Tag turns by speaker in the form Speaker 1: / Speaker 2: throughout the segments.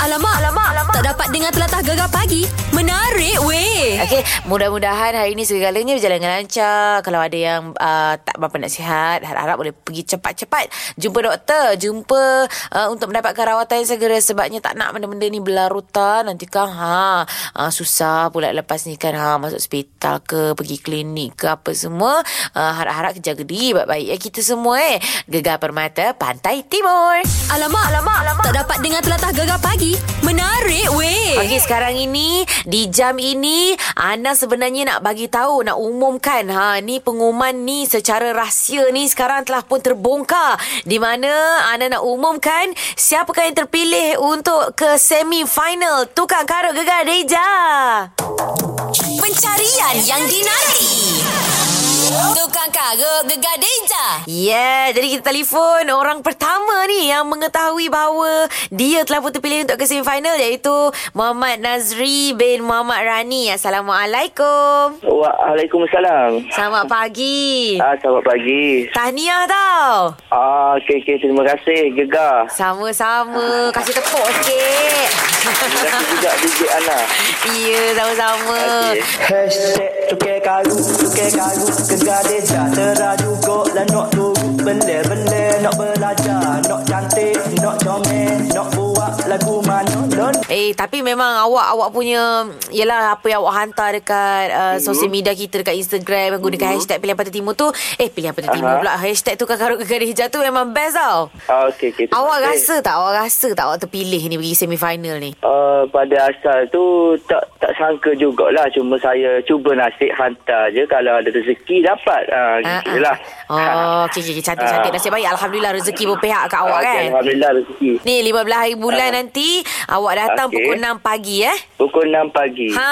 Speaker 1: Alamak, alamak, alamak. Tak dapat dengar telatah gegar pagi. Menarik weh.
Speaker 2: Okey, mudah-mudahan hari ini segalanya berjalan dengan lancar. Kalau ada yang uh, tak berapa nak sihat, harap-harap boleh pergi cepat-cepat. Jumpa doktor, jumpa uh, untuk mendapatkan rawatan yang segera sebabnya tak nak benda-benda ni berlarutan. Nanti kan ha, uh, susah pula lepas ni kan ha, masuk hospital ke, pergi klinik ke apa semua. Uh, harap-harap jaga diri baik-baik ya kita semua eh. Gegar Permata Pantai Timur.
Speaker 1: Alamak, alamak, alamak. Tak dapat dengar telatah gegar pagi. Menarik weh.
Speaker 2: Okey sekarang ini di jam ini Ana sebenarnya nak bagi tahu nak umumkan ha ni pengumuman ni secara rahsia ni sekarang telah pun terbongkar di mana Ana nak umumkan siapakah yang terpilih untuk ke semi final tukang karut gegar Deja.
Speaker 1: Pencarian yang dinanti. Tukang karut gegar deja.
Speaker 2: Yeah, Ya, jadi kita telefon orang pertama ni yang mengetahui bahawa dia telah pun terpilih untuk ke semi final iaitu Muhammad Nazri bin Muhammad Rani. Assalamualaikum.
Speaker 3: Waalaikumsalam.
Speaker 2: Selamat pagi.
Speaker 3: Ah, selamat pagi.
Speaker 2: Tahniah tau.
Speaker 3: Ah, okey, okey. Terima kasih, Gegar.
Speaker 2: Sama-sama. Kasih tepuk sikit.
Speaker 3: Terima kasih juga DJ Ana.
Speaker 2: Ya, sama-sama.
Speaker 3: Okey.
Speaker 4: Hashtag cukai kayu, cukai kayu Gegar deja, teraju golek Nak tunggu benda-benda Nak belajar, nak cantik Nak comel, nak buat lagu mana Lon
Speaker 2: Eh tapi memang awak awak punya Yelah apa yang awak hantar dekat
Speaker 3: Hmm.
Speaker 2: uh, Sosial media kita dekat Instagram Menggunakan hashtag pilihan Pantai Timur tu Eh pilihan Pantai Timur
Speaker 3: Aha.
Speaker 2: pula Hashtag tu kakarut kekari hijau tu memang best tau
Speaker 3: Ah, okey, okey. Terima
Speaker 2: Awak
Speaker 3: kasih.
Speaker 2: rasa tak awak rasa tak awak terpilih ni pergi semifinal ni
Speaker 3: Uh, pada asal tu tak tak sangka jugalah cuma saya cuba nasib hantar je kalau ada rezeki dapat ah
Speaker 2: Ah,
Speaker 3: gitu
Speaker 2: ah.
Speaker 3: lah.
Speaker 2: Oh okey okey
Speaker 3: Ah.
Speaker 2: cantik-cantik Nasib baik Alhamdulillah rezeki berpihak kat awak
Speaker 3: Ah, okey,
Speaker 2: kan
Speaker 3: Alhamdulillah rezeki.
Speaker 2: Ni 15 hari bulan nanti Awak datang
Speaker 3: Okey.
Speaker 2: pukul 6 pagi eh
Speaker 3: Pukul 6 pagi.
Speaker 2: Ha.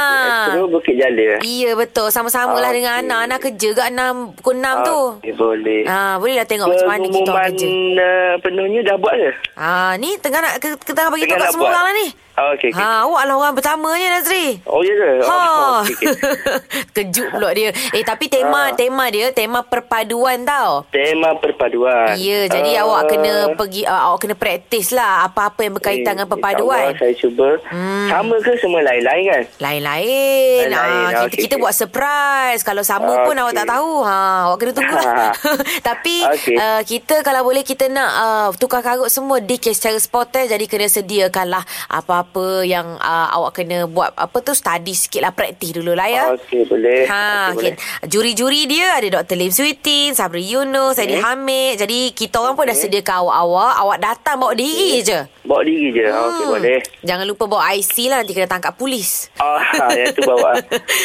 Speaker 3: Terus Bukit Jala.
Speaker 2: Iya betul Sama-sama lah
Speaker 3: Okey.
Speaker 2: dengan Ana Ana kerja kat 6 Pukul 6 tu
Speaker 3: Okey, boleh.
Speaker 2: Ah, bolehlah tengok macam mana kita orang kerja
Speaker 3: Pengumuman, ah, penuhnya dah buat ke?
Speaker 2: Ah, ni tengah nak ke, ke tengah bagi
Speaker 3: Tengah
Speaker 2: tahu kat
Speaker 3: nak
Speaker 2: semua
Speaker 3: buat.
Speaker 2: orang lah ni.
Speaker 3: Ah, okey, okey.
Speaker 2: Ha, awak lah orang pertamanya Nazri.
Speaker 3: Oh, ya ke? Oh,
Speaker 2: Ha.
Speaker 3: okey, okey.
Speaker 2: Kejut pula dia. Eh tapi
Speaker 3: Ah.
Speaker 2: tema tema dia tema perpaduan tau.
Speaker 3: Tema perpaduan.
Speaker 2: Ya, jadi
Speaker 3: Ah,
Speaker 2: awak kena pergi uh, awak kena praktis lah apa-apa
Speaker 3: eh,
Speaker 2: yang berkaitan dengan
Speaker 3: insyaAllah
Speaker 2: perpaduan.
Speaker 3: Saya cuba. Hmm. Sama ke semua lain-lain kan?
Speaker 2: Lain-lain.
Speaker 3: Lain-lain,
Speaker 2: Ah, kita
Speaker 3: okey,
Speaker 2: kita
Speaker 3: okey.
Speaker 2: buat surprise. Kalau sama pun awak tak
Speaker 3: Okey.
Speaker 2: tahu. Ha, awak kena tunggulah. Tapi
Speaker 3: Okey.
Speaker 2: uh, kita kalau boleh kita nak uh, tukar karut semua dikis secara spontan jadi kena sediakanlah apa-apa yang uh, awak kena buat apa tu study sikit lah praktis dulu lah ya.
Speaker 3: Ah, Okey, boleh.
Speaker 2: Ha,
Speaker 3: Okey,
Speaker 2: okay. juri-juri dia ada Dr. Lim Sweetin, Sabri Yunus, Adi Hamid. Jadi kita orang pun dah sediakan awak-awak. Awak datang bawa diri je.
Speaker 3: boleh. Bawa diri je. Hmm. Okey, boleh.
Speaker 2: Jangan lupa bawa IC lah nanti kena tangkap polis.
Speaker 3: Ah, yang tu bawa.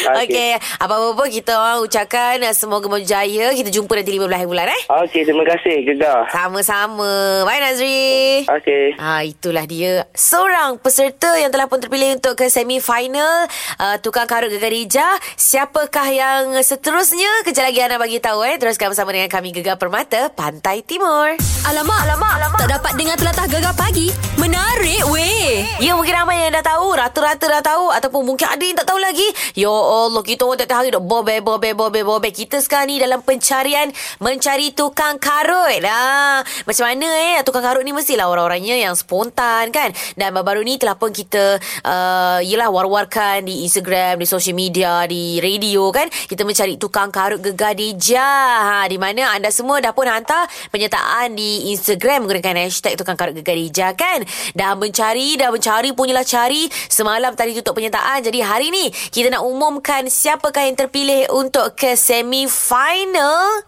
Speaker 3: Ah,
Speaker 2: Okey, okay. apa-apa pun kita orang ucapkan uh, semoga berjaya. Kita jumpa nanti 15 hari bulan eh.
Speaker 3: Okey, terima kasih. Gegar.
Speaker 2: Sama-sama. Bye Nazri.
Speaker 3: Okey.
Speaker 2: Ah itulah dia seorang peserta yang telah pun terpilih untuk ke semifinal uh, tukang karut Gegar Ija. Siapakah yang seterusnya? Kejap lagi Ana bagi tahu eh. Teruskan bersama dengan kami Gegar Permata Pantai Timur.
Speaker 1: Alamak, alamak, alamak. Tak dapat dengar telatah gegar pagi. Menarik weh.
Speaker 2: Ya mungkin ramai yang dah tahu Rata-rata dah tahu Ataupun mungkin ada yang tak tahu lagi Ya Allah Kita orang tiap-tiap hari Dok bobek bobek bobek bobek Kita sekarang ni dalam pencarian Mencari tukang karut lah. Macam mana eh Tukang karut ni mestilah orang-orangnya Yang spontan kan Dan baru-baru ni telah pun kita uh, Yelah war-warkan Di Instagram Di social media Di radio kan Kita mencari tukang karut gegar deja ha, Di mana anda semua dah pun hantar Penyertaan di Instagram Menggunakan hashtag tukang karut gegar deja kan Dah mencari Dah mencari punyalah cari Semalam tadi tutup penyertaan Jadi hari ni Kita nak umumkan Siapakah yang terpilih Untuk ke semi-final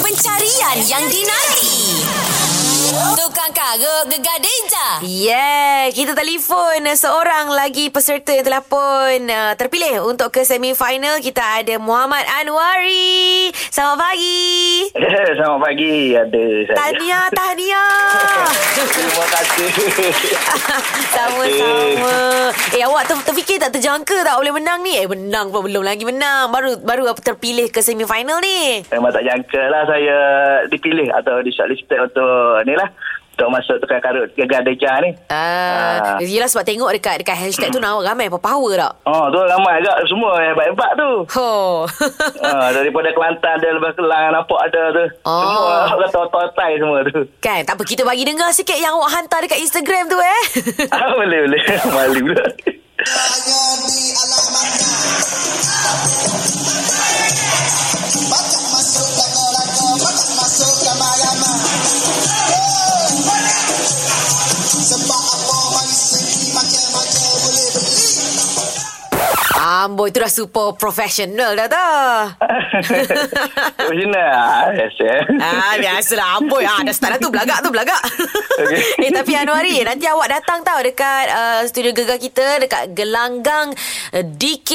Speaker 1: Pencarian yang dinanti. Tukang karut gegar deja.
Speaker 2: Yeah, kita telefon uh, seorang lagi peserta yang telah pun uh, terpilih untuk ke semifinal. Kita ada Muhammad Anwari. Selamat pagi.
Speaker 5: Selamat pagi ada saya.
Speaker 2: Tahniah, tahniah.
Speaker 5: Terima kasih.
Speaker 2: Sama-sama. Eh, awak ter- terfikir tak terjangka tak boleh menang ni? Eh, menang pun belum lagi menang. Baru baru apa terpilih ke semifinal ni.
Speaker 5: Memang tak jangka lah saya dipilih atau di shortlisted untuk ni lah Tok masuk tukar karut Gegar deja ni
Speaker 2: Ah,
Speaker 5: Ah.
Speaker 2: yelah sebab tengok dekat dekat hashtag tu nak ramai power tak?
Speaker 5: Oh tu lama agak semua hebat-hebat tu
Speaker 2: Ho.
Speaker 5: Ah, daripada Kelantan dia lepas Kelang nampak ada tu.
Speaker 2: Oh.
Speaker 5: Semua orang kata otai semua tu.
Speaker 2: kan, tak apa kita bagi dengar sikit yang awak hantar dekat Instagram tu eh.
Speaker 5: Ah, boleh boleh. Malu pula.
Speaker 2: Amboi tu dah super professional dah dah.
Speaker 5: Macam mana?
Speaker 2: Ah, biasalah amboi. Ah, dah start dah tu belagak tu belagak.
Speaker 5: Okey.
Speaker 2: eh tapi Anwari, nanti awak datang tau dekat uh, studio Gegar kita dekat Gelanggang uh, DK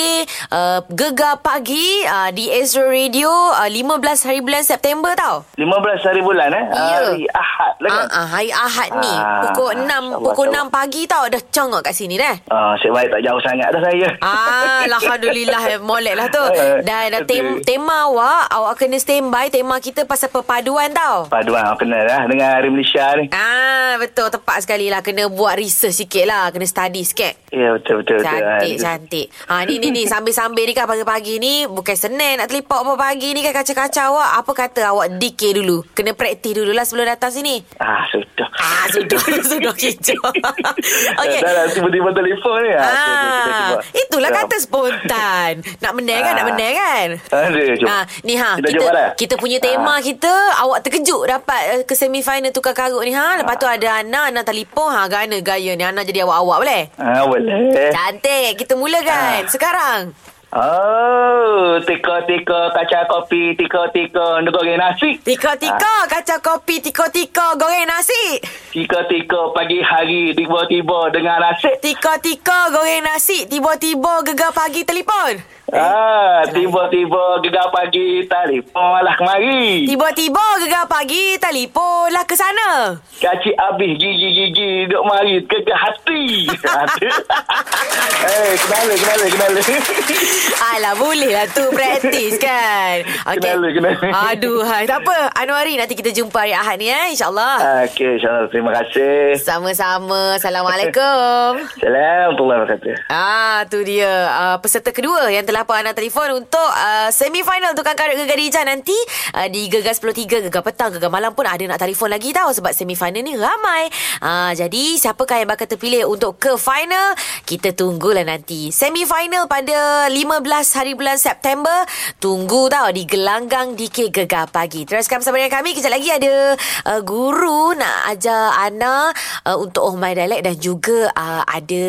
Speaker 2: uh, Gegar pagi uh, di Ezra Radio uh, 15 hari bulan September tau.
Speaker 5: 15 hari bulan eh?
Speaker 2: Ya.
Speaker 5: Hari Ahad lah
Speaker 2: Ah,
Speaker 5: kan?
Speaker 2: ah, hari Ahad ni
Speaker 5: Ah,
Speaker 2: pukul 6
Speaker 5: insyaAllah,
Speaker 2: pukul 6
Speaker 5: insyaAllah.
Speaker 2: pagi tau dah congok kat sini dah.
Speaker 5: Ah, asyik baik tak jauh sangat dah saya.
Speaker 2: Ah, alhamdulillah eh, molek lah tu.
Speaker 5: Eh,
Speaker 2: Dan dah tem-
Speaker 5: betul.
Speaker 2: tema awak, awak kena standby tema kita pasal perpaduan tau.
Speaker 5: Paduan aku kenal lah dengan Hari Malaysia ni.
Speaker 2: Ah, betul tepat sekali lah kena buat research sikit lah, kena study sikit.
Speaker 5: Ya, betul-betul.
Speaker 2: Cantik, cantik. Ha, ni, ni, ni. Sambil-sambil ni kan pagi-pagi ni, bukan Senin nak terlipat apa pagi ni kan kacau-kacau awak. Apa kata awak DK dulu? Kena praktis dululah sebelum datang sini.
Speaker 5: Ah, sudah.
Speaker 2: Ah, sudah, sudah kicau. Okey.
Speaker 5: Dah, lah. dah, tiba-tiba telefon ni. Ah,
Speaker 2: Ah,
Speaker 5: tiba-tiba.
Speaker 2: itulah
Speaker 5: Dah.
Speaker 2: kata spontan. Nak menang kan, nak
Speaker 5: Ah.
Speaker 2: menang kan?
Speaker 5: Ada, jom.
Speaker 2: Ah, ni ha,
Speaker 5: Kita Ah.
Speaker 2: kita
Speaker 5: jumpa dah.
Speaker 2: kita punya tema kita awak terkejut dapat eh, ke semi final tukar karut ni ha. Lepas
Speaker 5: Ah.
Speaker 2: tu ada Ana, Ana telefon ha gana gaya ni Ana jadi awak-awak boleh?
Speaker 5: Ah, boleh.
Speaker 2: Cantik, kita
Speaker 5: Ah.
Speaker 2: mulakan sekarang.
Speaker 5: Oh, tika-tika kaca kopi, tika-tika negeri nasi. Ah.
Speaker 2: Tika-tika kacau kopi, tika-tika goreng nasi.
Speaker 5: Tika-tika pagi hari tiba-tiba dengan nasi.
Speaker 2: Tika-tika goreng nasi, tiba-tiba gegar pagi telefon.
Speaker 5: Ah, tiba-tiba gegar pagi telefon lah kemari.
Speaker 2: Tiba-tiba gegar pagi telefon lah ke sana.
Speaker 5: Kacik habis gigi-gigi duk mari ke ke hati. eh, kenala, kenala, kenala.
Speaker 2: Alah bolehlah tu Praktis kan Okey.
Speaker 5: Kenala, kenala.
Speaker 2: Aduh hai. Tak apa Anuari nanti kita jumpa hari Ahad ni eh InsyaAllah
Speaker 5: Ah, Okey, insyaAllah. Terima kasih.
Speaker 2: Sama-sama Assalamualaikum
Speaker 5: Assalamualaikum warahmatullahi
Speaker 2: Ah, tu dia uh, peserta kedua yang telah pun anda telefon untuk uh, semifinal tukang karut Gegar Dijah nanti uh, di Gegar 10.3, Gegar Petang, Gegar Malam pun ada nak telefon lagi tau sebab semifinal ni ramai. Uh, jadi siapakah yang bakal terpilih untuk ke final? Kita tunggulah nanti. Semifinal pada 15 hari bulan September. Tunggu tau di Gelanggang DK Gegar Pagi. Teruskan bersama dengan kami. Kejap lagi ada uh, guru nak ajar Ana uh, untuk Oh My Dialect dan juga uh, ada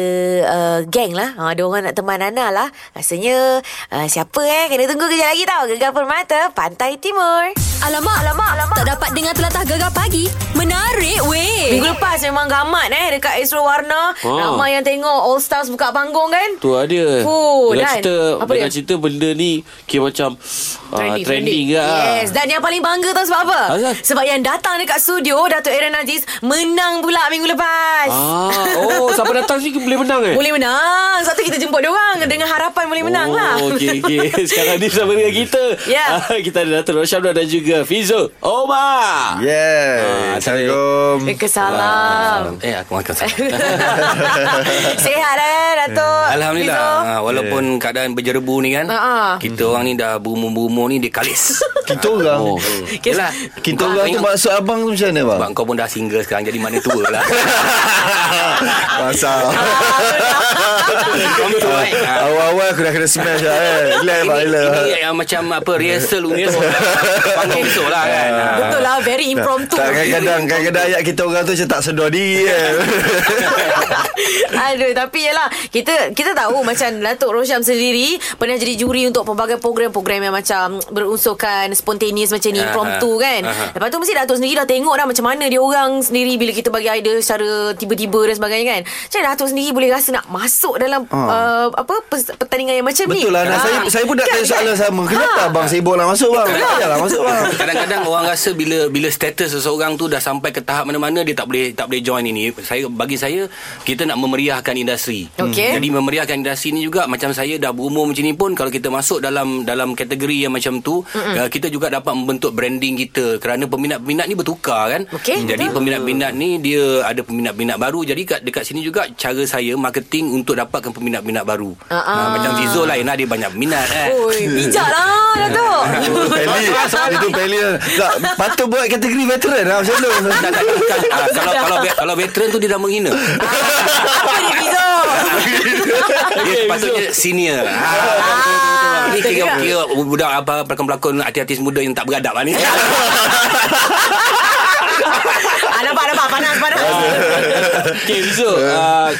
Speaker 2: uh, geng lah. Uh, ada orang nak teman Ana lah. Rasanya uh, siapa eh? Kena tunggu kejap lagi tau. Gegar Permata, Pantai Timur.
Speaker 1: Alamak, alamak, alamak. Tak dapat dengar telatah gegar pagi. Menarik weh.
Speaker 2: Minggu lepas memang gamat eh dekat Astro Warna.
Speaker 6: Ha.
Speaker 2: Ramai yang tengok All Stars buka panggung kan?
Speaker 6: Tu ada
Speaker 2: Oh,
Speaker 6: Dengan
Speaker 7: kan?
Speaker 2: dan?
Speaker 6: cerita
Speaker 2: Apa
Speaker 6: Dengan
Speaker 2: dia?
Speaker 6: cerita benda ni Kira macam
Speaker 7: Ah,
Speaker 6: Trending, uh, trending ke
Speaker 2: Yes Dan yang paling bangga tahu sebab apa
Speaker 6: Asal?
Speaker 2: Sebab yang datang dekat studio Dato' Aaron Aziz Menang pula minggu lepas
Speaker 6: ah, Oh siapa datang sini Boleh menang eh
Speaker 2: Boleh menang Sebab tu kita jemput diorang Dengan harapan boleh menang
Speaker 6: oh,
Speaker 2: lah
Speaker 6: Okey okey. Sekarang ni sama dengan kita.
Speaker 2: Ya.
Speaker 6: Ah, kita ada Dato' Rosyamda dan juga Fizo. Omar. Ah,
Speaker 8: Yeah. Assalamualaikum.
Speaker 2: Eh, Kesalam
Speaker 7: Eh aku makan sama
Speaker 2: Sehat eh Dato'
Speaker 7: Alhamdulillah ha, Walaupun yeah. keadaan berjerebu ni kan
Speaker 2: Ha, ha.
Speaker 7: Kita orang ni dah berumur-berumur ni Dia kalis
Speaker 8: Kita orang.
Speaker 6: Oh.
Speaker 7: Yelah
Speaker 8: Kita
Speaker 7: Ah,
Speaker 8: orang tu
Speaker 7: tengok.
Speaker 8: maksud abang tu macam mana bang?
Speaker 7: Bang kau pun dah single sekarang Jadi mana tua lah
Speaker 8: Pasal.
Speaker 7: Kau tua eh Ha.
Speaker 8: Ah, Awal-awal aku dah kena smash lah eh. Relax bang,
Speaker 7: Ini,
Speaker 8: relax.
Speaker 7: ini yang macam apa Rehearsal untuk Panggung besok lah kan
Speaker 6: Ah.
Speaker 7: Ha.
Speaker 2: Betul lah Very impromptu
Speaker 8: Tak kadang-kadang kadang-kadang ayat kita orang tu macam tak sedar diri eh.
Speaker 2: Aduh tapi yalah kita kita tahu macam Datuk Rosyam sendiri pernah jadi juri untuk pelbagai program-program yang macam berunsurkan spontaneous macam ni
Speaker 7: Aha.
Speaker 2: impromptu kan.
Speaker 7: Aha.
Speaker 2: Lepas tu mesti Datuk sendiri dah tengok dah macam mana dia orang sendiri bila kita bagi idea secara tiba-tiba dan sebagainya kan. Macam mana Datuk sendiri boleh rasa nak masuk dalam uh, apa pes- pertandingan yang macam ni.
Speaker 8: Ah. Betul lah. Nah,
Speaker 2: Ah.
Speaker 8: saya saya pun nak
Speaker 2: Kan,
Speaker 8: tanya
Speaker 2: kan?
Speaker 8: soalan sama. Kenapa
Speaker 2: Ha.
Speaker 8: abang sibuk nak masuk bang? Tak payahlah masuk
Speaker 2: lah.
Speaker 8: bang.
Speaker 7: Kadang-kadang orang rasa bila bila status seseorang tu dah sampai ke tahap mana-mana dia tak boleh tak boleh join ini. Saya bagi saya kita nak memeria memeriahkan industri.
Speaker 2: Okey.
Speaker 7: Jadi memeriahkan industri ni juga macam saya dah berumur macam ni pun kalau kita masuk dalam dalam kategori yang macam tu uh, kita juga dapat membentuk branding kita kerana peminat-peminat ni bertukar kan.
Speaker 2: Okey,
Speaker 7: Jadi
Speaker 2: betul.
Speaker 7: peminat-peminat ni dia ada peminat-peminat baru jadi kat dekat sini juga cara saya marketing untuk dapatkan peminat-peminat baru.
Speaker 2: Ah, ah.
Speaker 7: Ah, macam Fizo lain lah dia banyak minat eh.
Speaker 2: Oi, bijak lah Datuk.
Speaker 8: Peli
Speaker 7: lah,
Speaker 8: Itu Peli Tak Patut buat kategori veteran lah Macam tu
Speaker 7: Tak, tak, tak, tak. Ah, kalau kalau ve- kalau veteran tu dia dah menghina.
Speaker 2: Ah. Apa dia Fizo?
Speaker 7: Dia patutnya senior.
Speaker 2: Ah,
Speaker 7: Ah, Ni
Speaker 2: betul
Speaker 7: kira,
Speaker 2: juga.
Speaker 7: kira budak apa pelakon-pelakon artis-artis muda yang tak beradab lah ni.
Speaker 2: Ah, nampak, nampak. Panas, panas.
Speaker 7: Ah.
Speaker 6: Okay Fizu
Speaker 2: ah,
Speaker 6: uh,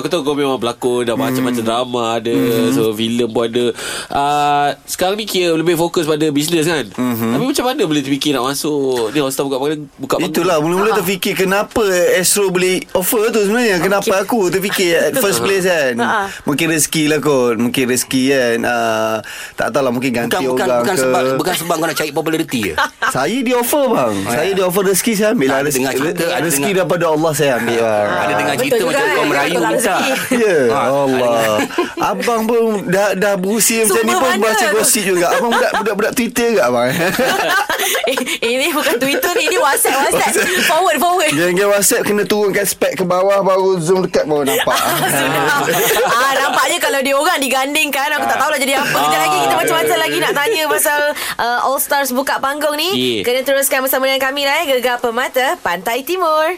Speaker 6: Aku tahu kau memang
Speaker 2: Hmm.
Speaker 6: pelakon Dah macam-macam drama ada So filem pun ada uh, Sekarang ni kira lebih fokus pada bisnes kan
Speaker 2: Hmm.
Speaker 6: Tapi macam mana boleh terfikir nak masuk Ni hostel buka panggilan buka panggilan.
Speaker 8: Itulah
Speaker 7: Ah.
Speaker 8: mula-mula terfikir kenapa Astro boleh offer tu sebenarnya Kenapa aku terfikir at first place kan
Speaker 7: Ah.
Speaker 2: Ha-ha.
Speaker 8: Mungkin rezeki lah kot Mungkin rezeki kan Ah, Tak tahulah mungkin
Speaker 7: bukan
Speaker 8: ganti
Speaker 7: bukan
Speaker 8: orang
Speaker 7: bukan
Speaker 8: ke
Speaker 7: sebab bukan sebab kau nak cari populariti ya.
Speaker 8: Saya di offer bang Saya di offer rezeki saya ambil
Speaker 7: Tak,
Speaker 8: lah
Speaker 7: ada
Speaker 8: rezeki,
Speaker 7: dengar cerita, ada
Speaker 8: rezeki
Speaker 7: dengar-
Speaker 8: daripada Allah saya ambil bang
Speaker 7: Ada dengar
Speaker 2: betul
Speaker 7: cerita
Speaker 2: juga,
Speaker 7: macam kau
Speaker 2: eh.
Speaker 7: merayu
Speaker 2: Betul
Speaker 7: minta.
Speaker 2: rezeki.
Speaker 8: Ya
Speaker 7: Ah,
Speaker 8: Allah Abang pun dah, dah berusia macam ni
Speaker 2: Sumber
Speaker 8: pun
Speaker 2: mana
Speaker 8: Baca
Speaker 2: tu?
Speaker 8: gosip juga Abang budak, budak-budak Twitter ke abang
Speaker 2: eh, ini bukan Twitter ni. Ini WhatsApp, WhatsApp. Forward, forward.
Speaker 8: Geng-geng WhatsApp kena turunkan spek ke bawah baru zoom dekat baru nampak.
Speaker 2: Sudah. ah, nampaknya kalau dia orang digandingkan Aku tak tahulah jadi apa Kejap lagi kita macam-macam lagi Nak tanya pasal uh, All Stars buka panggung ni
Speaker 6: Yeah.
Speaker 2: Kena teruskan bersama dengan kami lah eh. Gegar Permata Pantai Timur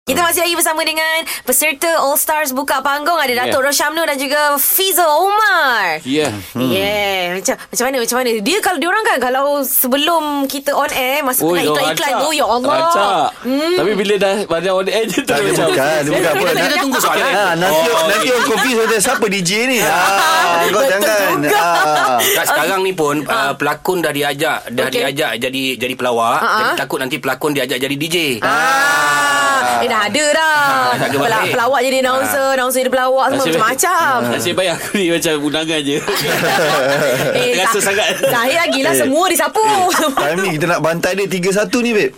Speaker 2: Kita masih lagi bersama dengan peserta All Stars buka panggung
Speaker 6: Ya.
Speaker 2: ada Datuk yeah.
Speaker 6: Yeah.
Speaker 2: Roshamnu dan juga Fizo Umar.
Speaker 6: Yeah
Speaker 2: Hmm. Yeah, macam macam mana macam mana. Dia kalau diorang kan kalau sebelum kita on air masa kena
Speaker 6: Oi,
Speaker 2: iklan-iklan
Speaker 6: rancak.
Speaker 2: tu ya Allah. Hmm.
Speaker 6: Rancak. Tapi bila dah Pada on
Speaker 7: eh,
Speaker 6: air je tu
Speaker 8: Tak dia
Speaker 6: macam
Speaker 8: bukan, dia bukan apa.
Speaker 7: Kita tunggu soalan.
Speaker 8: Ha, nanti
Speaker 6: Oh,
Speaker 8: nanti
Speaker 6: okey.
Speaker 8: orang confuse kata siapa DJ ni. Ha, kau
Speaker 2: Betul
Speaker 8: jangan.
Speaker 2: juga.
Speaker 8: Ah.
Speaker 7: Kat sekarang ni pun uh, pelakon dah diajak
Speaker 2: Ah.
Speaker 7: dah
Speaker 2: Okey.
Speaker 7: diajak jadi jadi pelawak
Speaker 2: Ah,
Speaker 7: jadi
Speaker 2: ah.
Speaker 7: takut nanti pelakon diajak jadi Ah, DJ.
Speaker 2: Ah, eh dah ada dah.
Speaker 7: tak ada
Speaker 2: Pelak,
Speaker 7: balik.
Speaker 2: pelawak jadi announcer, announcer jadi pelawak semua
Speaker 6: Nasib baik-
Speaker 2: macam-macam. Ah.
Speaker 7: Ah.
Speaker 6: Nasib baik aku ni macam undangan je
Speaker 2: Eh,
Speaker 6: Terasa
Speaker 2: tak-
Speaker 6: sangat
Speaker 2: Zahir lagi lah semua disapu. Eh.
Speaker 8: Time ni kita nak bantai dia 3-1 ni, babe.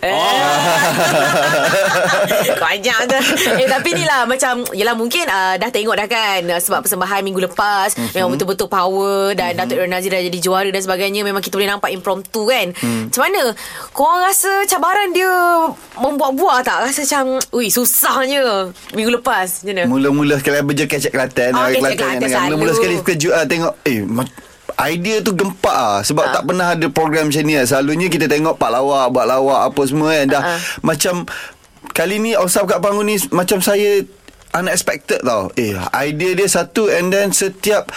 Speaker 2: Banyak tu Eh tapi ni lah Macam Yelah mungkin uh, Dah tengok dah kan uh, Sebab persembahan minggu lepas mm-hmm. Memang betul-betul power Dan mm-hmm. Datuk Aaron Nazir dah jadi juara Dan sebagainya Memang kita boleh nampak Impromptu kan mm. Macam mana Korang rasa cabaran dia Membuat-buat tak Rasa macam Ui susahnya Minggu lepas Macam mana
Speaker 8: Mula-mula sekali apa je kecek Kelantan.
Speaker 2: Ah,
Speaker 8: Ah,
Speaker 2: kecek
Speaker 8: Kelantan
Speaker 2: Kelantan
Speaker 8: yang dengar. Mula-mula
Speaker 2: selalu.
Speaker 8: sekali kejut ah, tengok. Eh, ma- Idea tu gempak ah sebab tak pernah ada program macam ni ah. Selalunya kita tengok pak lawak, buat lawak apa semua kan dah
Speaker 2: Ah, ah.
Speaker 8: macam kali ni Osap kat panggung ni macam saya unexpected tau. Eh, idea dia satu and then setiap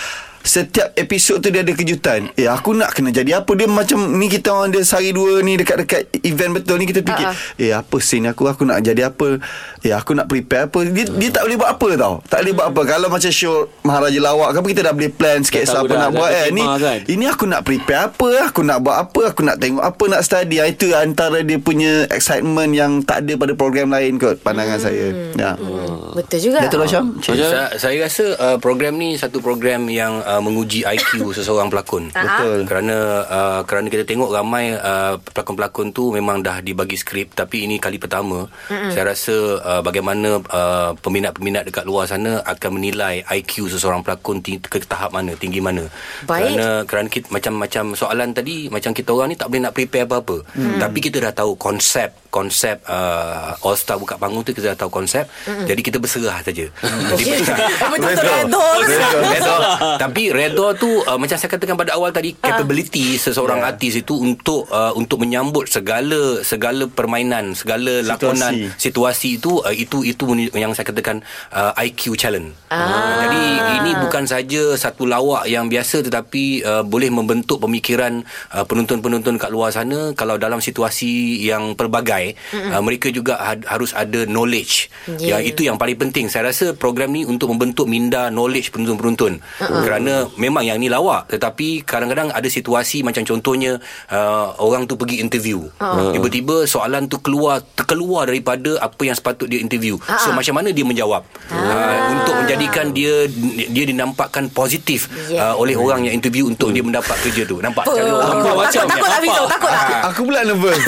Speaker 8: Setiap episod tu dia ada kejutan Eh aku nak kena jadi apa Dia macam Ni kita orang dia sehari dua ni Dekat-dekat event betul ni Kita fikir
Speaker 2: Ah, ah.
Speaker 8: Eh apa scene aku Aku nak jadi apa Eh aku nak prepare apa Dia, dia tak boleh buat apa tau Tak boleh buat apa Kalau macam show Maharaja Lawak ke apa Kita dah boleh plan Sketsa
Speaker 6: tahu
Speaker 8: apa
Speaker 6: dah,
Speaker 8: nak
Speaker 6: dah
Speaker 8: buat
Speaker 6: ada
Speaker 8: eh. Ni,
Speaker 6: tema kan?
Speaker 8: ini aku nak prepare apa Aku nak buat apa Aku nak tengok apa Nak study Ah, Itu antara dia punya Excitement yang tak ada Pada program lain kot Pandangan saya Ya
Speaker 6: Hmm.
Speaker 2: Hmm. Betul juga
Speaker 8: Dato' Rosham
Speaker 7: Saya, saya rasa uh, program ni satu program yang uh, menguji IQ seseorang pelakon.
Speaker 8: Betul.
Speaker 7: Kerana uh, kerana kita tengok ramai uh, pelakon-pelakon tu memang dah dibagi skrip tapi ini kali pertama. Mm-hmm. Saya rasa uh, bagaimana uh, peminat-peminat dekat luar sana akan menilai IQ seseorang pelakon ting- ke tahap mana, tinggi mana.
Speaker 2: Baik.
Speaker 7: Kerana kerana kita macam-macam soalan tadi macam kita orang ni tak boleh nak prepare apa-apa. Mm. Tapi kita dah tahu konsep konsep uh, All Star buka panggung tu kita dah tahu konsep. Mm-hmm. Jadi kita berserah saja. Jadi
Speaker 2: Betul-betul redor
Speaker 7: Redor. Redor. Tapi redor tu uh, macam saya katakan pada awal tadi capability seseorang yeah. artis itu untuk uh, untuk menyambut segala segala permainan, segala situasi. lakonan, situasi itu uh, itu itu meni- yang saya katakan uh, IQ challenge. Ah. Jadi ini bukan saja satu lawak yang biasa tetapi uh, boleh membentuk pemikiran uh, penonton-penonton kat luar sana kalau dalam situasi yang pelbagai uh, mereka juga had, harus ada knowledge.
Speaker 2: Yeah.
Speaker 7: Yeah. Yang itu yang paling penting. Saya rasa program ni untuk membentuk minda knowledge penonton-penonton. Uh-uh. Kerana memang yang ni lawak tetapi kadang-kadang ada situasi macam contohnya uh, orang tu pergi interview. Uh-uh. Tiba-tiba soalan tu keluar terkeluar daripada apa yang sepatut dia interview. Uh-uh. So macam mana dia menjawab? Uh-uh. Uh, untuk menjadikan dia dia dinampakkan positif
Speaker 2: Yeah.
Speaker 7: yeah. uh, oleh orang yang interview untuk dia mendapat kerja tu. Nampak
Speaker 2: Takut
Speaker 7: cara orang Ha.
Speaker 6: Nampak
Speaker 2: takut
Speaker 6: macam
Speaker 2: takut tak
Speaker 6: nampak.
Speaker 2: Fizo Takut tak
Speaker 8: Aku pula nervous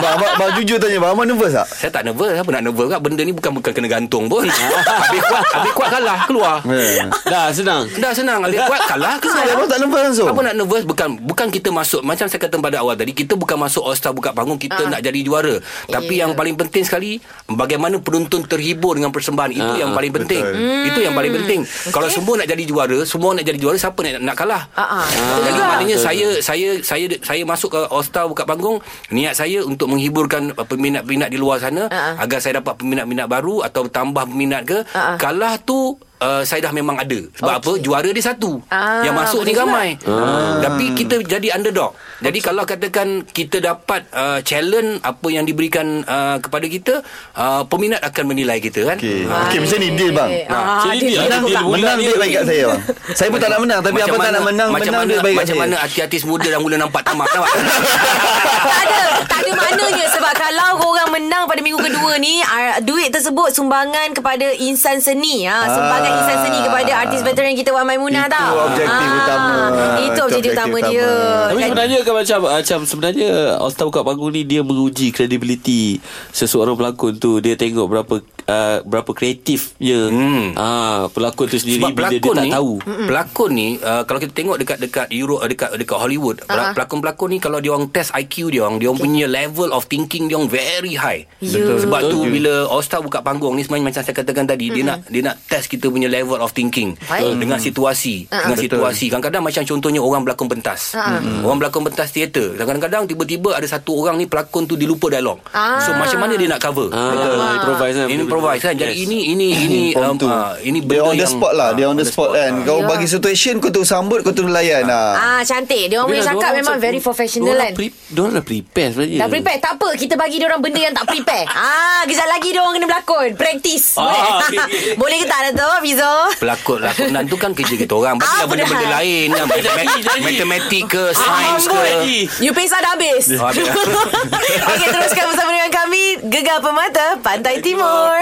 Speaker 8: Ba- ba- Baju jujur tanya Abang Abang nervous tak?
Speaker 7: Saya tak nervous Apa nak nervous kat Benda ni bukan bukan kena gantung pun Habis kuat Habis kuat kalah Keluar
Speaker 8: Ya.
Speaker 6: Dah senang
Speaker 7: Dah senang Habis kuat kalah keluar
Speaker 8: Abang tak nervous langsung?
Speaker 7: Apa nak nervous Bukan bukan kita masuk Macam saya kata pada awal tadi Kita bukan masuk All Star Buka panggung Kita nak jadi juara Tapi
Speaker 2: Ah. Ya.
Speaker 7: yang paling penting sekali Bagaimana penonton terhibur Dengan persembahan Itu
Speaker 6: Ah,
Speaker 7: yang paling penting
Speaker 2: Hmm.
Speaker 7: Itu yang paling penting Kalau semua nak jadi juara Semua nak jadi juara Siapa nak, nak kalah
Speaker 2: Ah, ah. Betul
Speaker 7: Jadi
Speaker 2: juga.
Speaker 7: maknanya saya saya saya saya masuk ke All Star buka panggung niat saya untuk menghiburkan uh, peminat-peminat di luar sana
Speaker 2: Ah, ah.
Speaker 7: agar saya dapat peminat-peminat baru atau tambah peminat ke
Speaker 2: Ah, ah.
Speaker 7: kalah tu Uh, saya dah memang ada Sebab okay. apa Juara dia satu
Speaker 2: Ah,
Speaker 7: Yang masuk
Speaker 2: betul
Speaker 7: ni
Speaker 2: juga.
Speaker 7: ramai ah. Tapi kita jadi underdog Jadi kalau katakan Kita dapat uh, Challenge Apa yang diberikan uh, Kepada kita uh, Peminat akan menilai kita kan
Speaker 8: Okey.
Speaker 7: Ah.
Speaker 8: Okey, macam ni deal bang.
Speaker 2: Ah,
Speaker 6: Jadi
Speaker 2: dia-
Speaker 6: dia
Speaker 8: Menang,
Speaker 6: deal budak
Speaker 8: menang
Speaker 6: ni.
Speaker 8: duit baik kat saya bang. Saya pun tak nak menang tapi
Speaker 7: Macam
Speaker 8: abang tak
Speaker 7: mana-
Speaker 8: nak menang,
Speaker 7: macam
Speaker 8: menang
Speaker 7: mana,
Speaker 8: duit baik kat
Speaker 7: Macam
Speaker 8: saya.
Speaker 7: mana artis-artis muda dah mula nampak tamak nampak?
Speaker 2: tak ada Tak ada maknanya Sebab kalau korang menang Pada minggu kedua ni ah, Duit tersebut Sumbangan kepada Insan seni ha, Sumbangan
Speaker 8: Ah.
Speaker 2: insan seni Kepada artis veteran kita Wan Maimunah
Speaker 8: Itu
Speaker 2: tau Ah,
Speaker 8: objektif utama.
Speaker 2: Itu
Speaker 8: Itu
Speaker 2: objektif
Speaker 8: objektif
Speaker 2: utama
Speaker 8: utama.
Speaker 2: dia
Speaker 6: Tapi
Speaker 2: Dan-
Speaker 6: sebenarnya kan macam macam sebenarnya uh, All Star Buka Panggung ni dia menguji kredibiliti seseorang pelakon tu. Dia tengok berapa uh, berapa kreatifnya hmm. ah pelakon tu sendiri
Speaker 7: Sebab
Speaker 6: bila dia
Speaker 7: pelakon
Speaker 6: tak
Speaker 7: ni
Speaker 6: tahu.
Speaker 7: Pelakon ni uh, Kalau kita tengok dekat Dekat Euro, dekat, dekat Hollywood
Speaker 2: Ah.
Speaker 7: uh-huh. Pelakon-pelakon ni Kalau dia orang test IQ dia orang Dia orang punya level of thinking Dia orang very high
Speaker 2: Ya. Betul.
Speaker 7: Sebab tu bila All Star buka panggung ni Sebenarnya macam saya katakan tadi Dia nak dia nak test kita punya level of thinking
Speaker 2: Baik.
Speaker 7: Dengan situasi Dengan situasi Kadang-kadang macam contohnya Orang berlakon pentas Orang berlakon pentas teater Kadang-kadang tiba-tiba Ada satu orang ni Pelakon tu dia lupa dialog
Speaker 2: Ah.
Speaker 7: So macam mana dia nak cover
Speaker 6: Ah, improvise kan.
Speaker 7: Improvise kan Jadi ini Ini ini
Speaker 8: Form
Speaker 7: um,
Speaker 8: tu.
Speaker 7: ah, Ini
Speaker 8: Dia
Speaker 7: benda
Speaker 8: on the
Speaker 7: yang-
Speaker 8: spot lah
Speaker 7: ah,
Speaker 8: Dia on the spot kan Kau
Speaker 2: Ya.
Speaker 8: bagi situation Kau tu sambut Kau tu layan lah
Speaker 2: Ah cantik. Dia orang punya cakap memang very professional kan.
Speaker 6: Dia orang hmm, dah prepare sebenarnya.
Speaker 2: Dah prepare Tak apa Kita bagi dia orang benda yang tak prepare Ah, Kejap lagi dia orang kena berlakon Practice
Speaker 6: Ah,
Speaker 2: Boleh,
Speaker 6: okey, okey.
Speaker 2: Boleh ke tak Dato' Fizo
Speaker 7: Pelakon lakonan tu kan kerja kita orang Bagi
Speaker 2: Ah,
Speaker 7: lah benda-benda
Speaker 2: benar. Ah,
Speaker 7: lain lah. Matematik-
Speaker 6: jadi.
Speaker 7: Matematik ke Sains
Speaker 2: amboi.
Speaker 7: ke
Speaker 2: You pay dah habis
Speaker 7: Ah, habis.
Speaker 2: Okey teruskan bersama dengan kami Gegar Pemata Pantai Timur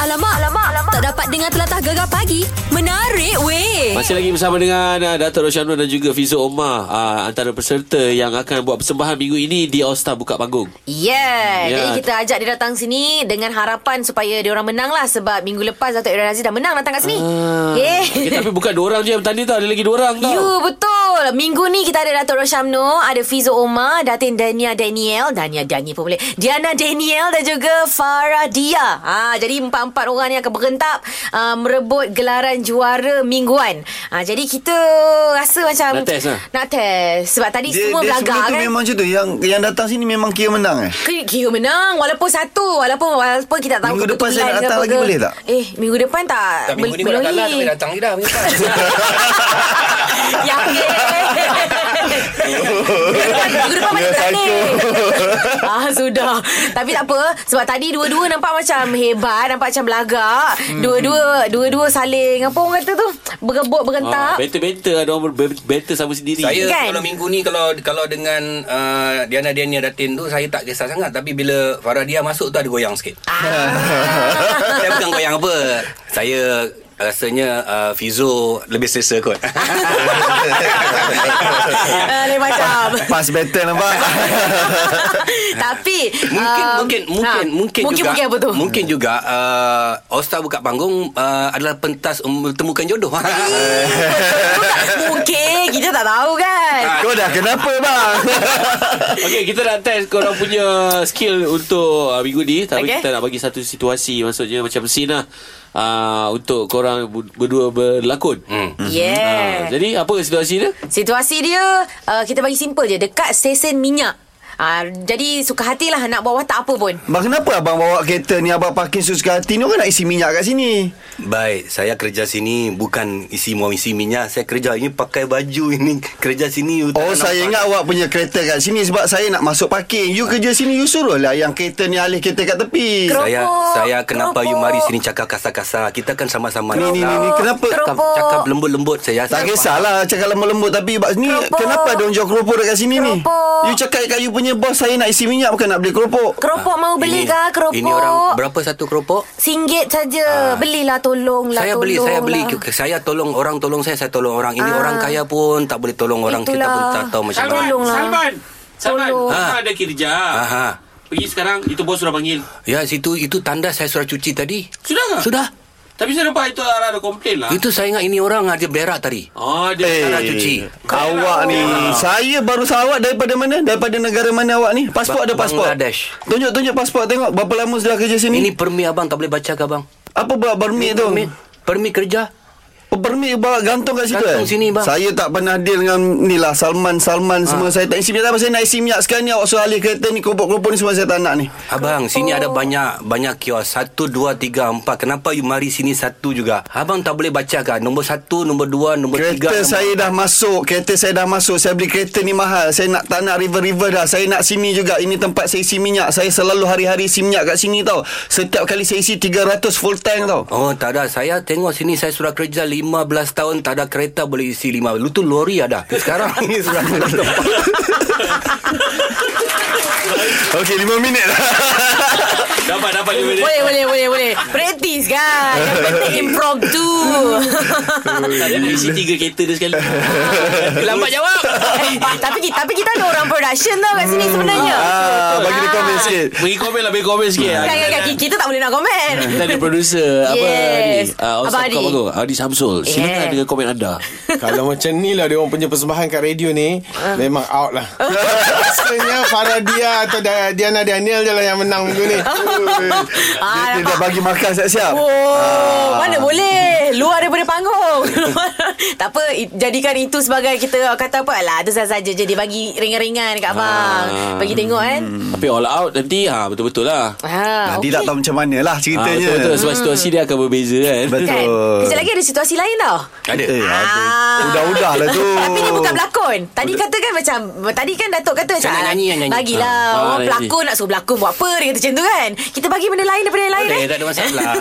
Speaker 1: Alamak, alamak, alamak. Tak dapat dengar telatah gegar pagi. Menarik weh.
Speaker 6: Masih lagi bersama dengan uh, Dato' Rosyanul dan juga Fizo Omar uh, Antara peserta yang akan buat persembahan minggu ini Di All Star Buka Panggung
Speaker 2: Yeah.
Speaker 6: Ya.
Speaker 2: Jadi kita ajak dia datang sini dengan harapan supaya dia orang menang lah sebab minggu lepas Dato' Ira Aziz dah menang datang kat sini.
Speaker 7: Ah,
Speaker 6: okay. okay, Ah, Tapi bukan dua orang je yang bertanding tau Ada lagi dua orang tau
Speaker 2: Ah. You betul Minggu ni kita ada Dato' Roshamno Ada Fizo Omar Datin Dania Daniel Dania Dania pun boleh Diana Daniel Dan juga Farah Dia ha, Jadi empat-empat orang ni akan berentap uh, Merebut gelaran juara mingguan ha, Jadi kita rasa macam
Speaker 6: Nak test lah.
Speaker 2: Nak test Sebab tadi
Speaker 8: Dia,
Speaker 2: semua
Speaker 8: dia
Speaker 2: belagak
Speaker 8: sebelum tu
Speaker 2: kan
Speaker 8: memang macam tu Yang yang datang sini memang kira menang eh
Speaker 2: Kira, kira menang Walaupun satu Walaupun, walaupun kita tak tahu
Speaker 8: Minggu depan
Speaker 2: kebetulan
Speaker 8: saya nak
Speaker 2: ke
Speaker 8: datang
Speaker 2: apa
Speaker 8: lagi
Speaker 2: ke.
Speaker 8: boleh tak?
Speaker 2: Eh minggu depan tak,
Speaker 7: Tak, minggu
Speaker 2: bel-
Speaker 7: ni kalau
Speaker 2: belum
Speaker 7: kalah
Speaker 2: lagi.
Speaker 7: Tapi datang je dah kan? minggu depan.
Speaker 2: Yakin Minggu depan
Speaker 8: Ya,
Speaker 2: balik berani
Speaker 8: psycho.
Speaker 2: Ah sudah Tapi tak apa Sebab tadi dua-dua nampak macam hebat Nampak macam belagak
Speaker 7: Hmm.
Speaker 2: Dua-dua Dua-dua saling Apa orang kata tu Bergebuk
Speaker 6: Ah,
Speaker 2: bergentak
Speaker 6: Better-better ada orang ber- better sama sendiri
Speaker 2: Kan?
Speaker 7: Saya kan? kalau minggu ni kalau kalau dengan uh, Diana Diana Datin tu saya tak kisah sangat tapi bila Farah dia masuk tu ada goyang sikit.
Speaker 2: Ah.
Speaker 7: saya bukan goyang apa. Saya rasanya uh, Fizo lebih selesa kot.
Speaker 2: Ah, Lain macam
Speaker 8: Pas battle nampak
Speaker 2: Tapi
Speaker 7: Mungkin
Speaker 2: ah,
Speaker 7: mungkin mungkin
Speaker 2: ah,
Speaker 7: mungkin
Speaker 2: Mungkin
Speaker 7: juga
Speaker 2: mungkin apa tu
Speaker 7: Mungkin juga uh, All Star buka panggung uh, adalah pentas um, temukan jodoh.
Speaker 2: Mungkin Kita tak tahu kan
Speaker 8: Kau dah kenapa bang
Speaker 6: Okay kita nak test Korang punya skill Untuk uh, minggu ni Tapi
Speaker 2: Okey.
Speaker 6: okay. kita nak bagi satu situasi Maksudnya macam scene lah uh, Untuk korang bu- berdua berlakon hmm.
Speaker 2: Yeah
Speaker 6: Jadi apa situasi dia?
Speaker 2: Situasi dia uh, Kita bagi simple je Dekat stesen minyak uh, Jadi suka hatilah Nak bawa tak apa pun
Speaker 8: Bang kenapa abang bawa kereta ni Abang parking suka hati ni Orang nak isi minyak kat sini
Speaker 7: Baik, saya kerja sini bukan isi mau isi minyak. Saya kerja ini pakai baju ini kerja sini. you tak
Speaker 8: Oh
Speaker 7: nak
Speaker 8: saya
Speaker 7: nampak.
Speaker 8: ingat awak punya kereta kat sini Sebab saya nak masuk parking You kerja sini You suruh lah Yang kereta ni alih kereta kat tepi
Speaker 2: Kerop-
Speaker 7: Saya
Speaker 2: Keropok,
Speaker 7: saya kenapa
Speaker 2: keropok.
Speaker 7: you mari sini cakap kasar-kasar. Kita kan sama-sama.
Speaker 8: Ni, ni, ni, ni. Kenapa?
Speaker 7: Cakap,
Speaker 2: Keropok.
Speaker 7: cakap lembut-lembut saya.
Speaker 8: tak
Speaker 7: saya
Speaker 8: kisahlah cakap lembut-lembut tapi bak ni
Speaker 2: Keropok.
Speaker 8: kenapa ada orang jual keropok dekat sini ni?
Speaker 2: Keropok.
Speaker 8: You cakap kat you punya bos saya nak isi minyak bukan nak beli keropok.
Speaker 2: Keropok mau
Speaker 7: faham.
Speaker 2: beli
Speaker 7: Ah, Ini-
Speaker 2: ke keropok
Speaker 7: Ini orang berapa satu keropok?
Speaker 2: Singgit saja Belilah tolonglah
Speaker 7: saya beli,
Speaker 2: tolonglah.
Speaker 7: saya beli. Saya tolong orang tolong saya, saya tolong orang. Ini
Speaker 2: lah. Ah.
Speaker 7: orang kaya pun tak boleh tolong orang. Kita pun
Speaker 2: Itulah.
Speaker 7: tak tahu macam
Speaker 2: Tolonglah.
Speaker 6: Salman
Speaker 2: Tolong.
Speaker 6: Salman
Speaker 2: Tolong.
Speaker 6: Salman ha. ada kerja
Speaker 7: Aha.
Speaker 6: Pergi sekarang Itu bos sudah panggil
Speaker 7: Ya situ itu tanda saya surat cuci tadi.
Speaker 6: Sudah tak?
Speaker 7: Sudah.
Speaker 6: Tapi saya nampak itu Ara ada komplain lah
Speaker 7: Itu saya ingat ini orang ah, dia berak tadi.
Speaker 6: Oh dia
Speaker 8: Eh,
Speaker 7: Nak cuci.
Speaker 8: Awak ni Saya baru sahabat daripada mana Daripada negara mana awak ni Pasport
Speaker 7: Ba-
Speaker 8: ada pasport
Speaker 7: Bangladesh.
Speaker 8: Tunjuk-tunjuk pasport tengok Berapa lama sudah kerja sini
Speaker 7: Ini permi abang tak boleh baca ke abang?
Speaker 8: Apa buat permit tu
Speaker 7: Permi, permi kerja.
Speaker 8: Oh, Permit bawa gantung kat situ
Speaker 7: Gantung
Speaker 8: eh?
Speaker 7: sini, bang.
Speaker 8: Saya tak pernah deal dengan ni lah Salman Salman ha. semua Saya tak isi minyak Apa saya nak isi minyak sekarang ni Awak suruh alih kereta ni Kelompok-kelompok ni semua saya tak nak ni
Speaker 7: Abang, sini ada
Speaker 2: Oh.
Speaker 7: banyak banyak kios. Satu, dua, tiga, empat. Kenapa you mari sini satu juga? Abang tak boleh baca ke? Nombor satu, nombor dua, nombor tiga.
Speaker 8: Kereta
Speaker 7: nombor-
Speaker 8: saya dah masuk Kereta saya dah masuk Saya beli kereta ni mahal Saya nak tak nak river-river dah Saya nak sini juga Ini tempat saya isi minyak Saya selalu hari-hari isi minyak kat sini tau Setiap kali saya isi 300 full tank tau
Speaker 7: Oh tak ada Saya tengok sini Saya sudah kerja 15 tahun Tak ada kereta boleh isi 5 Lu tu lori ada Sekarang ni sudah
Speaker 8: Okey 5 minit lah
Speaker 6: Dapat dapat dia boleh.
Speaker 2: Boleh, boleh, boleh, boleh. Praktis kan? Yang penting impromptu.
Speaker 6: Tak dia nak isi tiga kereta dia sekali
Speaker 7: Lambat jawab
Speaker 2: Eh, tapi, kita- tapi kita ada orang production tau kat sini sebenarnya.
Speaker 8: ah, Bagi dia komen sikit
Speaker 6: Bagi komen lah Bagi komen sikit
Speaker 2: Kan, kan, kan. Kita tak boleh nak komen.
Speaker 6: Kita ada producer Apa
Speaker 2: Yes.
Speaker 6: Adi Ah,
Speaker 2: Abang
Speaker 6: Abang Adi
Speaker 2: Adi.
Speaker 6: Adi Samsul Silakan
Speaker 2: Yeah.
Speaker 6: dengan komen anda
Speaker 9: Kalau macam ni lah Dia orang punya persembahan kat radio ni
Speaker 2: Ah.
Speaker 9: Memang out lah Rasanya Faradia Atau Da- Diana Daniel je lah yang menang minggu ni
Speaker 8: Hmm. Dia, dia Ah. dah bagi makan siap-siap
Speaker 2: Ah, Oh, mana boleh Luar daripada panggung Tak apa i- Jadikan itu sebagai Kita kata apa Alah tu saja je Dia bagi ringan-ringan Kat
Speaker 8: Ah.
Speaker 2: abang Bagi tengok kan
Speaker 8: Hmm.
Speaker 6: Hmm. Tapi all out nanti ha, Betul-betul lah
Speaker 2: ha,
Speaker 8: Nanti Ah, tak tahu macam mana lah
Speaker 6: Ah,
Speaker 8: ceritanya
Speaker 6: Betul-betul Sebab
Speaker 2: Hmm.
Speaker 6: situasi dia akan berbeza kan
Speaker 8: Betul.
Speaker 2: Kan Kejap lagi ada situasi lain tau
Speaker 8: Ada eh, ada.
Speaker 2: Ah.
Speaker 8: Udah-udah lah tu
Speaker 2: Tapi ni bukan pelakon Tadi kata kan macam Tadi kan Datuk kata macam
Speaker 7: nak
Speaker 2: "Ah,
Speaker 7: nyanyi, nak nyanyi."
Speaker 2: Bagilah
Speaker 6: Ah,
Speaker 2: Orang
Speaker 6: nak
Speaker 2: pelakon nak suruh pelakon Buat apa Dia kata macam tu kan Kita bagi benda lain daripada yang lain
Speaker 7: Boleh
Speaker 2: eh
Speaker 7: tak ada masalah
Speaker 6: Ah,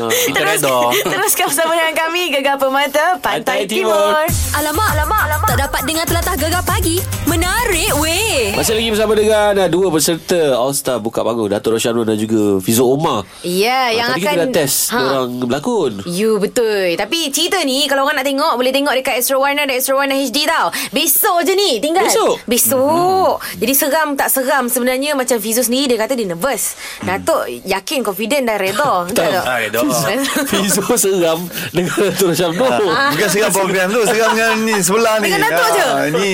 Speaker 7: Oh, Kita
Speaker 2: Terus,
Speaker 7: redor
Speaker 2: teruskan bersama dengan kami Gegar Permata Pantai,
Speaker 6: Pantai Timur.
Speaker 2: Timur.
Speaker 1: Alamak, alamak, alamak. Tak dapat dengar telatah gegar pagi. Menarik weh.
Speaker 6: Masih lagi bersama dengan ah, dua peserta All Star Buka Bangun Dato' Rosyanul dan juga Fizo Omar
Speaker 2: Ya, yang
Speaker 6: Ah, tadi
Speaker 2: akan
Speaker 6: kita dah test ha. orang berlakon.
Speaker 2: You betul Tapi cerita ni Kalau orang nak tengok Boleh tengok dekat Astro Warna Dan Astro Warna HD tau Besok je ni Tinggal
Speaker 6: Besok? Mhm.
Speaker 2: Besok mm-hmm. Jadi seram tak seram Sebenarnya macam Fizu sendiri Dia kata dia nervous mm. Datuk yakin Confident dan reda Betul tak?
Speaker 7: Ah, redor
Speaker 6: Fizo seram dengan Dato' Rosyanul.
Speaker 2: Ha.
Speaker 8: Bukan seram program tu Seram dengan ni Sebelah ni
Speaker 2: Ah.
Speaker 8: Ah,
Speaker 2: Dengan Datuk je.
Speaker 8: Ni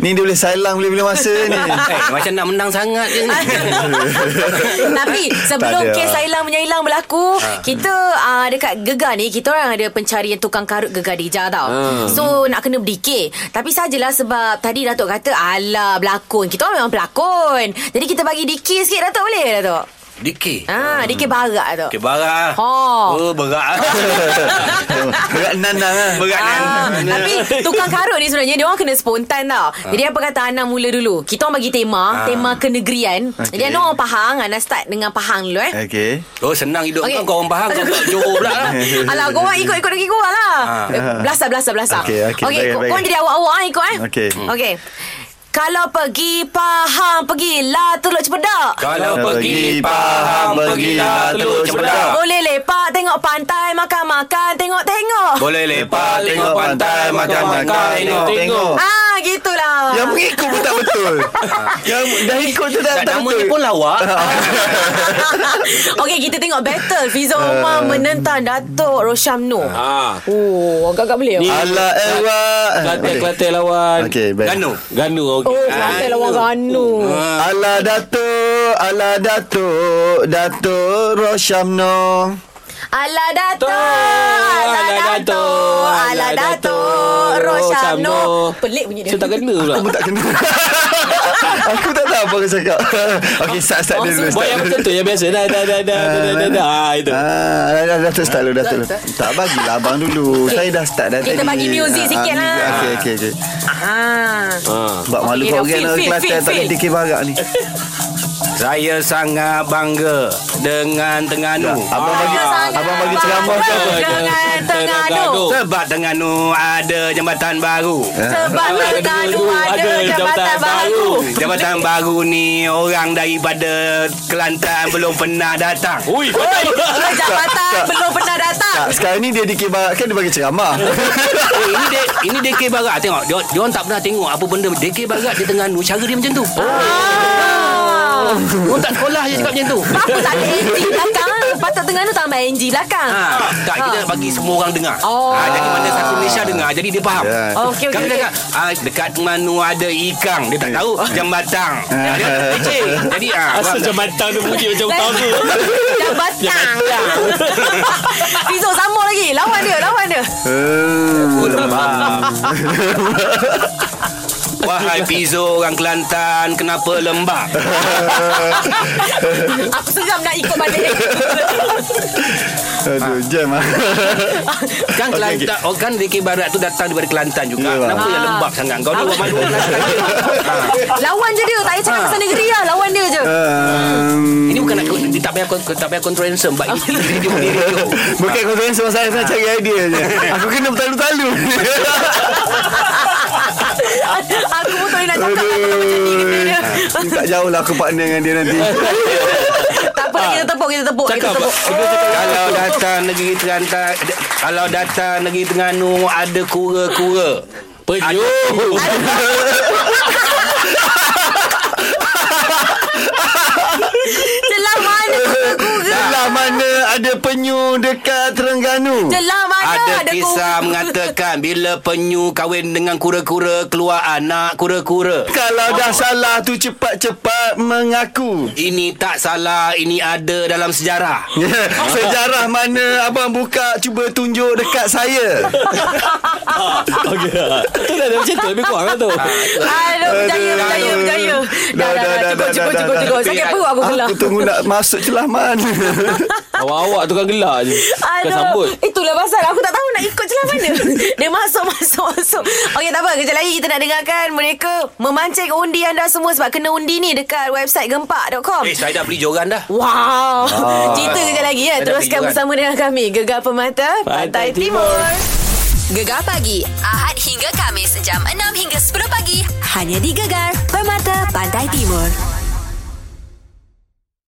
Speaker 8: Ni dia boleh silang Bila-bila masa ni
Speaker 7: Eh, macam nak menang sangat je ni.
Speaker 2: Tapi sebelum
Speaker 8: Tak ada. Ha.
Speaker 2: kes Sailang menyailang berlaku, kita uh, dekat Gegar ni kita orang ada pencarian tukang karut Gegar Dija tau.
Speaker 8: Hmm.
Speaker 2: So nak kena berdikir. Tapi sajalah sebab tadi Datuk kata alah berlakon. Kita orang memang pelakon. Jadi kita bagi dikir sikit Datuk boleh ke, Datuk?
Speaker 7: Dikir
Speaker 2: Ah, dikir barak Datuk.
Speaker 7: Okay, barak
Speaker 2: Ha.
Speaker 7: Oh, barak
Speaker 8: Berat nandang lah
Speaker 7: Berat kan
Speaker 2: Ah, tapi tukang karut ni sebenarnya dia orang kena spontan
Speaker 8: Ah.
Speaker 2: tau. Jadi apa kata Ana mula dulu. Kita orang bagi tema, tema kenegrian. Jadi
Speaker 8: Okey.
Speaker 2: Ana orang Pahang, Ana start dengan Pahang dulu eh.
Speaker 8: Okay
Speaker 7: Oh, senang hidup
Speaker 2: Okey.
Speaker 7: kau Kau orang Pahang Kau kat Johor pula lah
Speaker 2: Alah, kau orang ikut-ikut lagi kau lah. Belasah, belasah, belasah.
Speaker 8: Okey,
Speaker 2: Okey,
Speaker 8: okey, Ah. baik,
Speaker 2: kau
Speaker 8: baik.
Speaker 2: korang jadi awak-awak eh, ikut eh.
Speaker 8: Okey.
Speaker 2: Okey. Kalau pergi Pahang, pergilah Teluk Cepedak.
Speaker 7: Kalau pergi
Speaker 8: Pergi Pahang,
Speaker 7: Pahang
Speaker 8: pergilah
Speaker 7: Pergilah
Speaker 8: Teluk
Speaker 7: Teluk Cempedak
Speaker 2: Boleh lepak, tengok pantai, makan-makan, tengok-tengok.
Speaker 7: Boleh lepak Tengok pantai Makan-makan Tengok
Speaker 8: Tengok
Speaker 2: Ah, gitulah.
Speaker 8: Yang mengikut pun tak betul Yang dah ikut tu tak,
Speaker 7: Tak
Speaker 8: tak
Speaker 7: namanya
Speaker 8: betul Ah.
Speaker 7: pun lawak
Speaker 2: Okey, kita tengok battle Fiza
Speaker 8: Ah.
Speaker 2: Omar menentang Datuk Roshamno.
Speaker 6: Ah.
Speaker 2: Oh, agak-agak boleh.
Speaker 6: Ni-
Speaker 8: Ala ewa
Speaker 6: Kelantan Kelantan lawan
Speaker 8: Okay baik
Speaker 7: Ganu
Speaker 6: Ganu okey.
Speaker 2: Oh, pantai lawan Ganu.
Speaker 8: Ah. Ala Datuk Ala Datuk Datuk Rosyamno
Speaker 2: Ala Dato'
Speaker 6: Ala
Speaker 2: Ala Dato'
Speaker 6: Dato',
Speaker 2: Ala
Speaker 6: Ala
Speaker 2: Dato'
Speaker 6: Dato',
Speaker 2: Rosyamno
Speaker 6: Rosyamno.
Speaker 2: Pelik bunyi dia
Speaker 6: Macam tak kena pula
Speaker 8: Aku tak kena Aku tak tahu apa aku cakap Okay start
Speaker 2: Oh,
Speaker 8: start dulu
Speaker 6: Buat
Speaker 8: start
Speaker 6: yang
Speaker 8: dulu
Speaker 6: macam tu Yang biasa Dah dah dah dah dah dah, dah dah Ah, Itu
Speaker 8: Ah, dah, dah, Datuk start dulu Datuk Tak bagilah abang dulu Saya dah start dah
Speaker 2: Kita
Speaker 8: tadi.
Speaker 2: bagi music
Speaker 8: Ah,
Speaker 2: sikit
Speaker 8: ah,
Speaker 2: lah.
Speaker 8: music. Okay okay okay
Speaker 2: ah.
Speaker 8: Sebab malu
Speaker 2: Okay, dah,
Speaker 8: kau orang
Speaker 2: feel,
Speaker 8: Orang
Speaker 2: feel,
Speaker 8: Kelantan
Speaker 2: feel,
Speaker 8: tak
Speaker 2: feel.
Speaker 8: dikir barak ni
Speaker 7: Saya sangat bangga dengan Terengganu.
Speaker 8: Abang bagi Abang bagi ceramah ke apa
Speaker 2: Dengan Tengganu
Speaker 6: Oh.
Speaker 7: Sebab Terengganu ada jambatan baru.
Speaker 2: Sebab
Speaker 6: Abang Ah. ada
Speaker 2: Tengganu
Speaker 6: dua,
Speaker 2: ada
Speaker 6: ada
Speaker 2: jabatan
Speaker 6: jabatan
Speaker 2: baru
Speaker 7: Jabatan Oh. baru ni orang daripada Kelantan belum pernah datang.
Speaker 6: Ui
Speaker 2: Oi, Jabatan belum pernah datang
Speaker 8: Tak, Ah, sekarang ni dia dikir barak Kan dia bagi ceramah
Speaker 7: Eh, ini de, ini DK Barat tengok. Dia, dia orang tak pernah tengok apa benda DK Barat di Terengganu cara dia macam tu. Oh.
Speaker 2: Ah.
Speaker 7: Orang tak sekolah je cakap macam tu
Speaker 2: Apa tak ada NG belakang? ah? Patut tengah tu tak ambil NG belakang.
Speaker 7: Ha, tak kita nak bagi semua orang dengar.
Speaker 2: Ah. Oh.
Speaker 7: Ha, jadi mana satu Malaysia dengar jadi dia faham.
Speaker 8: Yeah.
Speaker 2: Oh, okey, okey,
Speaker 7: Kami
Speaker 2: okey.
Speaker 7: cakap ah, dekat Manu ada ikang dia tak tahu jambatan. Ya, dia kecil. Jadi ah
Speaker 6: Asal jambatan tu bunyi macam utama
Speaker 2: Dah batang Rizok sama lagi Lawan dia Lawan dia
Speaker 8: Hmm,
Speaker 7: wahai Pizo orang Kelantan kenapa Kan lembab?
Speaker 2: Aku seram nak ikut balik
Speaker 8: Aduh, jam ah.
Speaker 7: Kan
Speaker 8: Okey,
Speaker 7: Kelantan oh, kan DK Barat tu datang daripada Kelantan juga.
Speaker 8: Yalah.
Speaker 7: Kenapa yang lembab sangat? Kau ni buat malu orang Kelantan. Ha.
Speaker 2: Lawan je dia Tak payah cakap pasal negeri lah Lawan dia je
Speaker 8: Um,
Speaker 7: Ini bukan nak dia tak payah kon- tak payah control handsome but ini ini video ini video. Ah.
Speaker 8: Bukan kau tanya sama saya Saya cari idea je Aku kena bertalu-talu
Speaker 2: Aku pun tak boleh nak cakap lah kalau macam ni kena
Speaker 8: Aduh.
Speaker 2: dia.
Speaker 8: Tak jauh lah aku partner dengan dia nanti
Speaker 2: Tak apa kita tepuk Kita tepuk
Speaker 6: Ah.
Speaker 2: Kita
Speaker 7: Cakap
Speaker 2: tepuk
Speaker 7: Kalau datang negeri Terengganu Kalau datang negeri Terengganu Ada kura-kura
Speaker 6: Penyuh
Speaker 2: Celah mana Google
Speaker 8: Lah mana ada penyu Dekat Terengganu
Speaker 2: Celah mana
Speaker 7: ada,
Speaker 2: Ada
Speaker 7: kisah
Speaker 2: Google.
Speaker 7: mengatakan bila penyu kahwin dengan kura-kura keluar anak kura-kura.
Speaker 8: Kalau
Speaker 2: Oh.
Speaker 8: dah salah tu cepat-cepat mengaku
Speaker 7: Ini tak salah, ini ada dalam sejarah.
Speaker 8: Ya,
Speaker 2: Oh.
Speaker 8: Sejarah mana abang buka cuba tunjuk dekat saya.
Speaker 6: Okey Tu dah ada macam tu Lebih kurang lah tu
Speaker 8: Ah.
Speaker 2: Aduh Ah, Berjaya Berjaya Berjaya Dah dah dah Cukup cukup cukup cukup Sakit perut aku pula
Speaker 8: Aku tunggu nak masuk celah mana.
Speaker 6: Awak-awak tukang gelak je Kan sambut
Speaker 2: Aduh, itulah pasal aku tak tahu nak ikut celah mana. Dia masuk masuk masuk. Okey tak apa, kejap lagi kita nak dengarkan mereka memancing undi anda semua sebab kena undi ni dekat website gempak.com.
Speaker 7: Eh, saya dah beli joran dah.
Speaker 2: Wow.
Speaker 6: Ah.
Speaker 2: Cerita kejap lagi ya.
Speaker 7: Saya dah
Speaker 2: Teruskan
Speaker 7: pergi
Speaker 2: bersama dengan kami Gegar Permata Pantai
Speaker 6: Pantai
Speaker 2: Timur.
Speaker 6: Timur.
Speaker 1: Gegar pagi Ahad hingga Kamis jam 6 hingga 10 pagi hanya di Gegar Permata Pantai Timur.